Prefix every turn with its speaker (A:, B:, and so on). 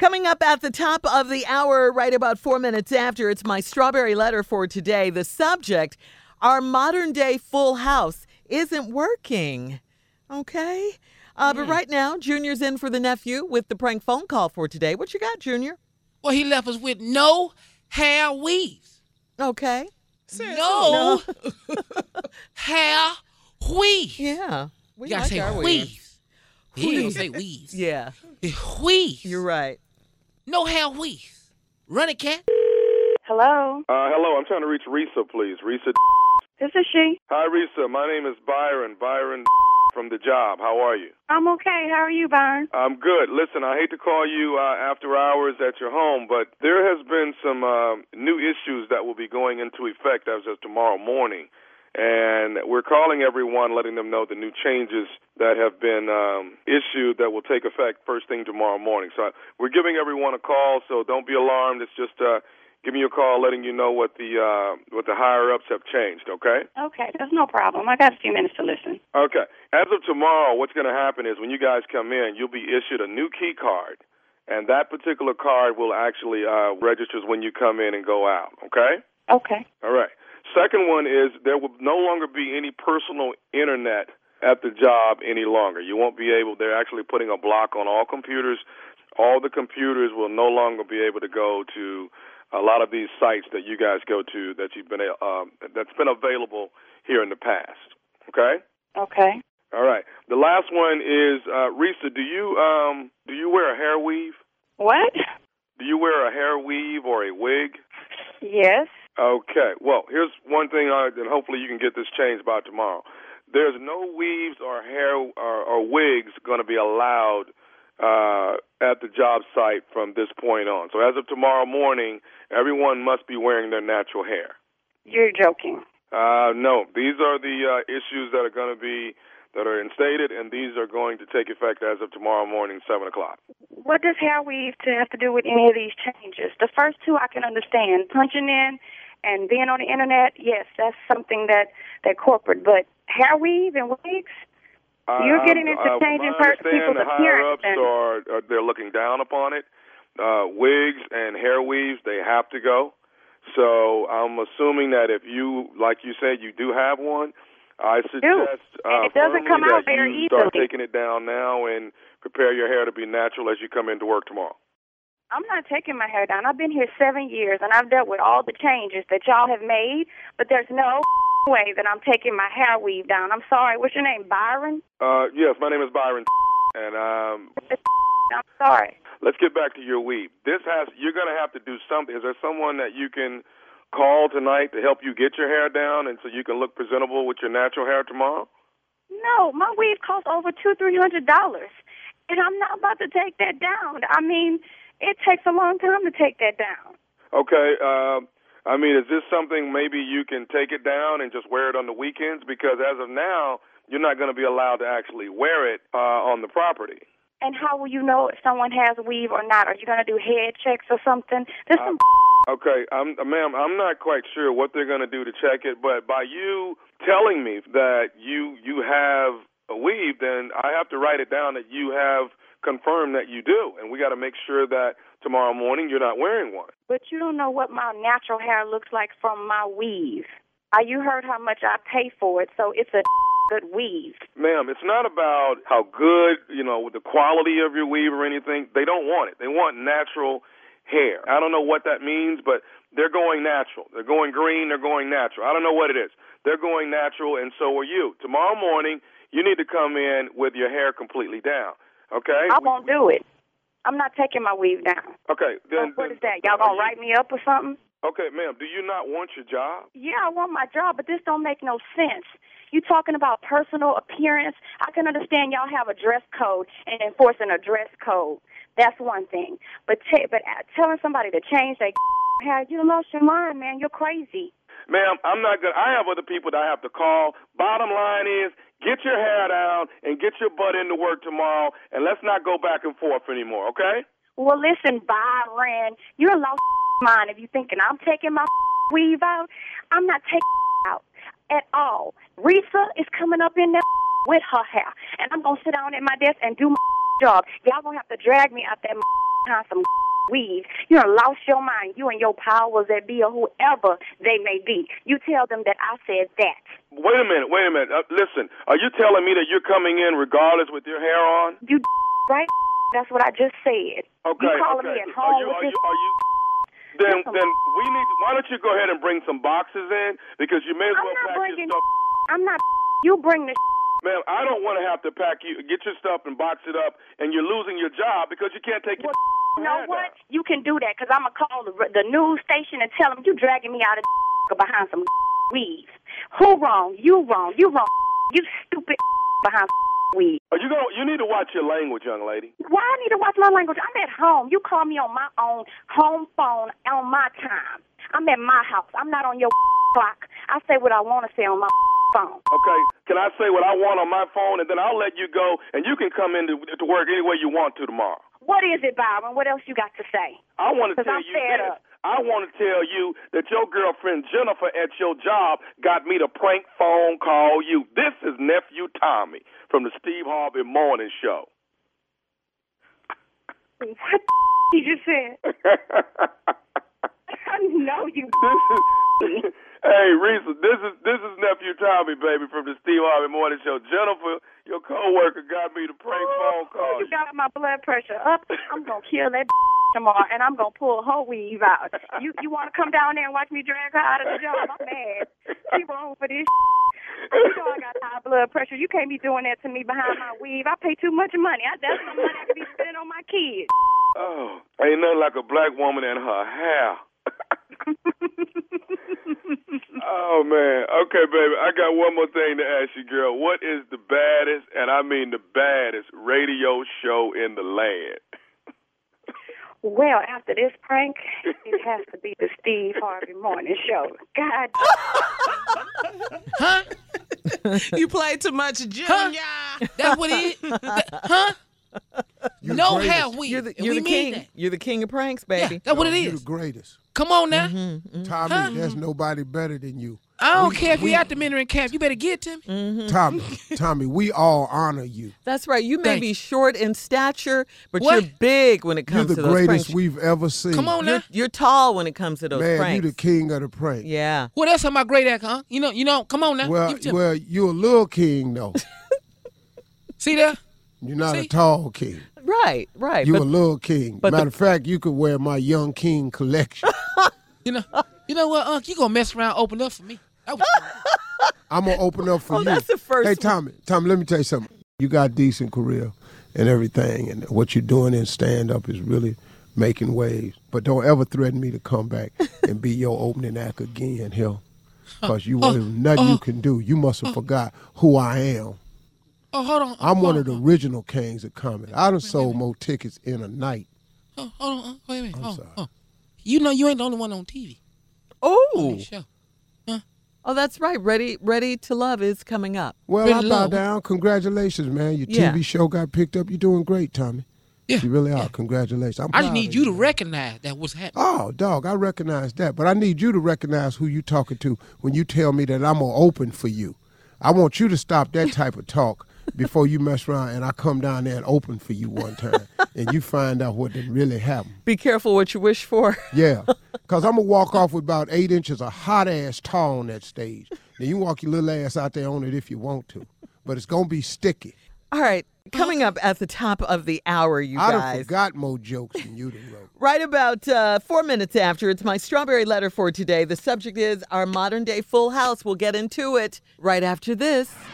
A: Coming up at the top of the hour, right about four minutes after, it's my strawberry letter for today. The subject Our modern day full house isn't working. Okay? Uh,
B: Hmm.
A: But right now, Junior's in for the nephew with the prank phone call for today. What you got, Junior?
B: Well, he left us with no hair weaves.
A: Okay.
B: No, hair weaves.
A: Yeah. We
B: you gotta
A: like
B: say
A: our weave.
B: weaves. He ain't gonna say weaves.
A: Yeah,
B: It's weaves.
A: you're right.
B: No hair weaves. Run it, cat.
C: Hello,
D: Uh, hello, I'm trying to reach Risa, please. Risa.
C: this is she.
D: Hi, Risa. My name is Byron. Byron from the job. How are you?
C: I'm okay. How are you, Byron?
D: I'm good. Listen, I hate to call you uh, after hours at your home, but there has been some uh, new issues that will be going into effect as of tomorrow morning. And we're calling everyone, letting them know the new changes that have been um, issued that will take effect first thing tomorrow morning. So we're giving everyone a call, so don't be alarmed. It's just uh, giving you a call, letting you know what the uh, what the higher ups have changed. Okay.
C: Okay, that's no problem. I got a few minutes to listen.
D: Okay. As of tomorrow, what's going to happen is when you guys come in, you'll be issued a new key card, and that particular card will actually uh, registers when you come in and go out. Okay.
C: Okay.
D: All right. Second one is there will no longer be any personal internet at the job any longer. You won't be able. They're actually putting a block on all computers. All the computers will no longer be able to go to a lot of these sites that you guys go to that you've been uh, um, that's been available here in the past. Okay.
C: Okay.
D: All right. The last one is uh, Risa. Do you um do you wear a hair weave?
C: What?
D: Do you wear a hair weave or a wig?
C: Yes.
D: Okay. Well, here's one thing, uh, and hopefully you can get this changed by tomorrow. There's no weaves or hair or, or wigs going to be allowed uh, at the job site from this point on. So as of tomorrow morning, everyone must be wearing their natural hair.
C: You're joking.
D: Uh, no, these are the uh, issues that are going to be that are instated, and these are going to take effect as of tomorrow morning, seven o'clock.
C: What does hair weave to have to do with any of these changes? The first two I can understand. Punching in and being on the internet, yes, that's something that that corporate. But hair weave and wigs,
D: I-
C: You're
D: I-
C: getting into
D: I-
C: changing
D: I
C: per-
D: understand
C: people's
D: the higher
C: appearance
D: ups
C: and-
D: are, are uh, they're looking down upon it. Uh, wigs and hair weaves, they have to go. So I'm assuming that if you, like you said, you do have one, I suggest uh,
C: it doesn't
D: firmly
C: come out
D: that you
C: very
D: start
C: easily.
D: taking it down now and prepare your hair to be natural as you come into work tomorrow.
C: I'm not taking my hair down. I've been here seven years and I've dealt with all the changes that y'all have made, but there's no way that I'm taking my hair weave down. I'm sorry. What's your name? Byron?
D: Uh, yes, my name is Byron, and um,
C: I'm sorry.
D: let's get back to your weave. This has you're going to have to do something. Is there someone that you can call tonight to help you get your hair down and so you can look presentable with your natural hair tomorrow?
C: No, my weave costs over two, three hundred dollars, and I'm not about to take that down. I mean, it takes a long time to take that down.
D: Okay. Um, I mean, is this something maybe you can take it down and just wear it on the weekends? Because as of now, you're not going to be allowed to actually wear it uh, on the property.
C: And how will you know if someone has weave or not? Are you gonna do head checks or something? There's some
D: Okay, I'm, ma'am, I'm not quite sure what they're going to do to check it, but by you telling me that you you have a weave, then I have to write it down that you have confirmed that you do, and we got to make sure that tomorrow morning you're not wearing one.
C: But you don't know what my natural hair looks like from my weave. Uh, you heard how much I pay for it, so it's a good weave.
D: Ma'am, it's not about how good, you know, the quality of your weave or anything. They don't want it. They want natural hair. I don't know what that means, but they're going natural. They're going green, they're going natural. I don't know what it is. They're going natural and so are you. Tomorrow morning, you need to come in with your hair completely down. Okay?
C: I won't do it. I'm not taking my weave down.
D: Okay. Then,
C: what is
D: then-
C: that? Y'all
D: are
C: gonna
D: you-
C: write me up or something?
D: Okay, ma'am, do you not want your job?
C: Yeah, I want my job, but this don't make no sense. You talking about personal appearance? I can understand y'all have a dress code and enforcing a dress code. That's one thing. But t- but uh, telling somebody to change their hair, you lost your mind, man. You're crazy.
D: Ma'am, I'm not gonna. I have other people that I have to call. Bottom line is, get your hair down and get your butt into work tomorrow, and let's not go back and forth anymore. Okay?
C: Well, listen, Byron, you're a lost mind if you thinking I'm taking my weave out. I'm not taking it out at all. Risa is coming up in there with her hair, and I'm gonna sit down at my desk and do my job. Y'all gonna have to drag me out that on some weed. You done lost your mind. You and your powers that be or whoever they may be. You tell them that I said that.
D: Wait a minute, wait a minute. Uh, listen, are you telling me that you're coming in regardless with your hair on?
C: You right? That's what I just said.
D: Okay.
C: you calling me
D: okay.
C: at home
D: Are you,
C: with
D: are
C: this
D: you, are you, then,
C: Listen.
D: then we need. Why don't you go ahead and bring some boxes in because you may as
C: I'm
D: well
C: not
D: pack your
C: bringing
D: stuff.
C: I'm not you bring the
D: Ma'am, I don't want to have to pack you, get your stuff and box it up, and you're losing your job because you can't take your.
C: You know
D: hand
C: what?
D: out.
C: You can do that because I'm going to call the, the news station and tell them you dragging me out of behind some weeds. Who wrong? You wrong. You wrong. You stupid behind weeds.
D: Are you going? to You need to watch your language, young lady.
C: Why I need to watch my language? I'm at home. You call me on my own home phone on my time. I'm at my house. I'm not on your clock. I say what I want to say on my phone.
D: Okay. Can I say what I want on my phone, and then I'll let you go, and you can come in to, to work any way you want to tomorrow.
C: What is it, Byron? What else you got to say?
D: I want to
C: 'Cause
D: tell
C: I'm
D: you
C: fed
D: this.
C: up.
D: I want to tell you that your girlfriend Jennifer at your job got me to prank phone call you. This is nephew Tommy from the Steve Harvey Morning Show.
C: What the you just said?
D: this
C: I know you.
D: is Hey Reese, this is this is nephew Tommy, baby, from the Steve Harvey Morning Show. Jennifer, your coworker, got me to prank phone call
C: Oh, You
D: you.
C: got my blood pressure up. I'm gonna kill that tomorrow, and I'm gonna pull her weave out. You you want to come down there and watch me drag her out of the job? I'm mad. She wrong for this. You know I got high blood pressure. You can't be doing that to me behind my weave. I pay too much money. I, that's my money I could be spending on my kids.
D: Oh, ain't nothing like a black woman and her hair. Oh man. Okay, baby. I got one more thing to ask you, girl. What is the baddest, and I mean the baddest, radio show in the land?
C: well, after this prank, it has to be the Steve Harvey Morning Show. God.
B: Huh?
E: You play too much junior.
B: That's what it is? That- huh? no
F: greatest.
B: hair weave.
A: You're the,
B: And
A: you're
B: we
A: the king.
B: mean that.
A: You're the king of pranks,
B: Yeah,
A: baby. Mm-hmm.
B: that's what it
F: You're the
B: is.
F: greatest.
B: Come on now.
F: Tommy, there's nobody better than you.
B: I don't care if we out the mentoring camp. You better get to me.
A: Mm.
F: Tommy, Tommy, we all honor you.
A: That's right. You may
B: Thank
A: be
B: you.
A: short in stature, but
B: What?
A: you're big when it
F: You're
A: comes
F: the
A: to those pranks.
F: greatest we've ever seen.
B: Come on now.
A: You're, you're tall when it comes to those
F: Man,
A: pranks.
F: you the king of the prank.
A: yeah.
B: What else am I great at, huh? You know, you know, come on now.
F: Well,
B: Give it to me.
F: well, you're a little king though.
B: See there?
F: You're not
B: See?
F: a tall king.
A: Right, right.
F: You a
A: but
F: little king.
A: but the-
F: Matter of fact, you could wear my young king collection.
B: You know, you know what, Unc? You gonna mess around, open up for me. That was-
F: I'm gonna open up for
A: Oh,
F: you.
A: that's the first
F: Hey,
A: one.
F: Tommy, Tommy, let me tell you something. You got a decent career and everything, and what you're doing in stand up is really making waves. But don't ever threaten me to come back and be your opening act again, hell,
A: Oh,
F: because you there's nothing you can do. You must have forgot who I am.
B: oh, hold on.
F: I'm
B: hold
F: one
B: on,
F: of the original kings of comedy. I done sold more tickets in a night.
B: Oh, hold on. Unc. Wait a minute.
F: I'm
B: oh,
F: sorry.
B: oh. You know, you ain't the only one on TV.
A: oh,
B: Show.
A: oh, that's right. Ready, ready to love is coming up.
F: Well,
B: Been
F: I bow
B: low.
F: down. Congratulations, man. Your
A: Yeah.
F: TV show got picked up. You're doing great, Tommy.
B: Yeah.
F: You really are. Congratulations. I'm
B: I just
F: proud
B: need
F: of
B: you to recognize that what's happening.
F: Oh, dog, I recognize that, but I need you to recognize who you talking to when you tell me that I'm gonna open for you. I want you to stop that type of talk before you mess around and I come down there and open for you one time and you find out what did really happen.
A: Be careful what you wish for.
F: Yeah, cause I'm gonna walk off with about eight inches of hot ass tar on that stage. Then you walk your little ass out there on it if you want to, but it's gonna be sticky.
A: All right, coming up at the top of the hour, you
F: I done
A: guys.
F: forgot more jokes than you done wrote.
A: Right about uh, four minutes after, it's my strawberry letter for today. The subject is our modern day full house. We'll get into it right after this.